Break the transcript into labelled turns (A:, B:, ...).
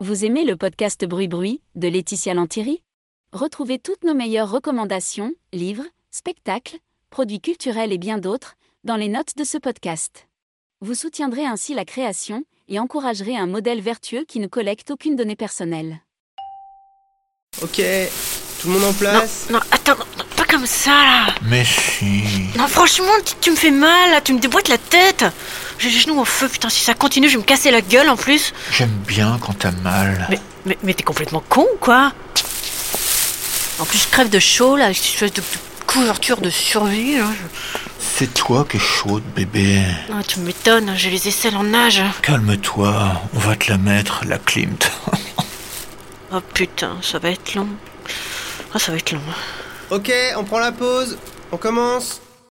A: Vous aimez le podcast Bruit Bruit de Laetitia Lantieri Retrouvez toutes nos meilleures recommandations, livres, spectacles, produits culturels et bien d'autres dans les notes de ce podcast. Vous soutiendrez ainsi la création et encouragerez un modèle vertueux qui ne collecte aucune donnée personnelle.
B: Ok, tout le monde en place
C: Non, attends, non, non, pas comme ça là
D: Mais si.
C: Non, franchement, tu, tu me fais mal là, tu me déboîtes la tête J'ai les genoux en feu, putain, si ça continue, je vais me casser la gueule en plus
D: J'aime bien quand t'as mal.
C: Mais, mais, mais t'es complètement con ou quoi En plus, je crève de chaud là, avec cette espèce de, de couverture de survie là.
D: C'est toi qui es chaude, bébé.
C: Ah, tu m'étonnes, j'ai les aisselles en nage.
D: Calme-toi, on va te la mettre, la Klimt.
C: Oh putain, ça va être long. Ah, ça va être long.
B: Ok, on prend la pause, on commence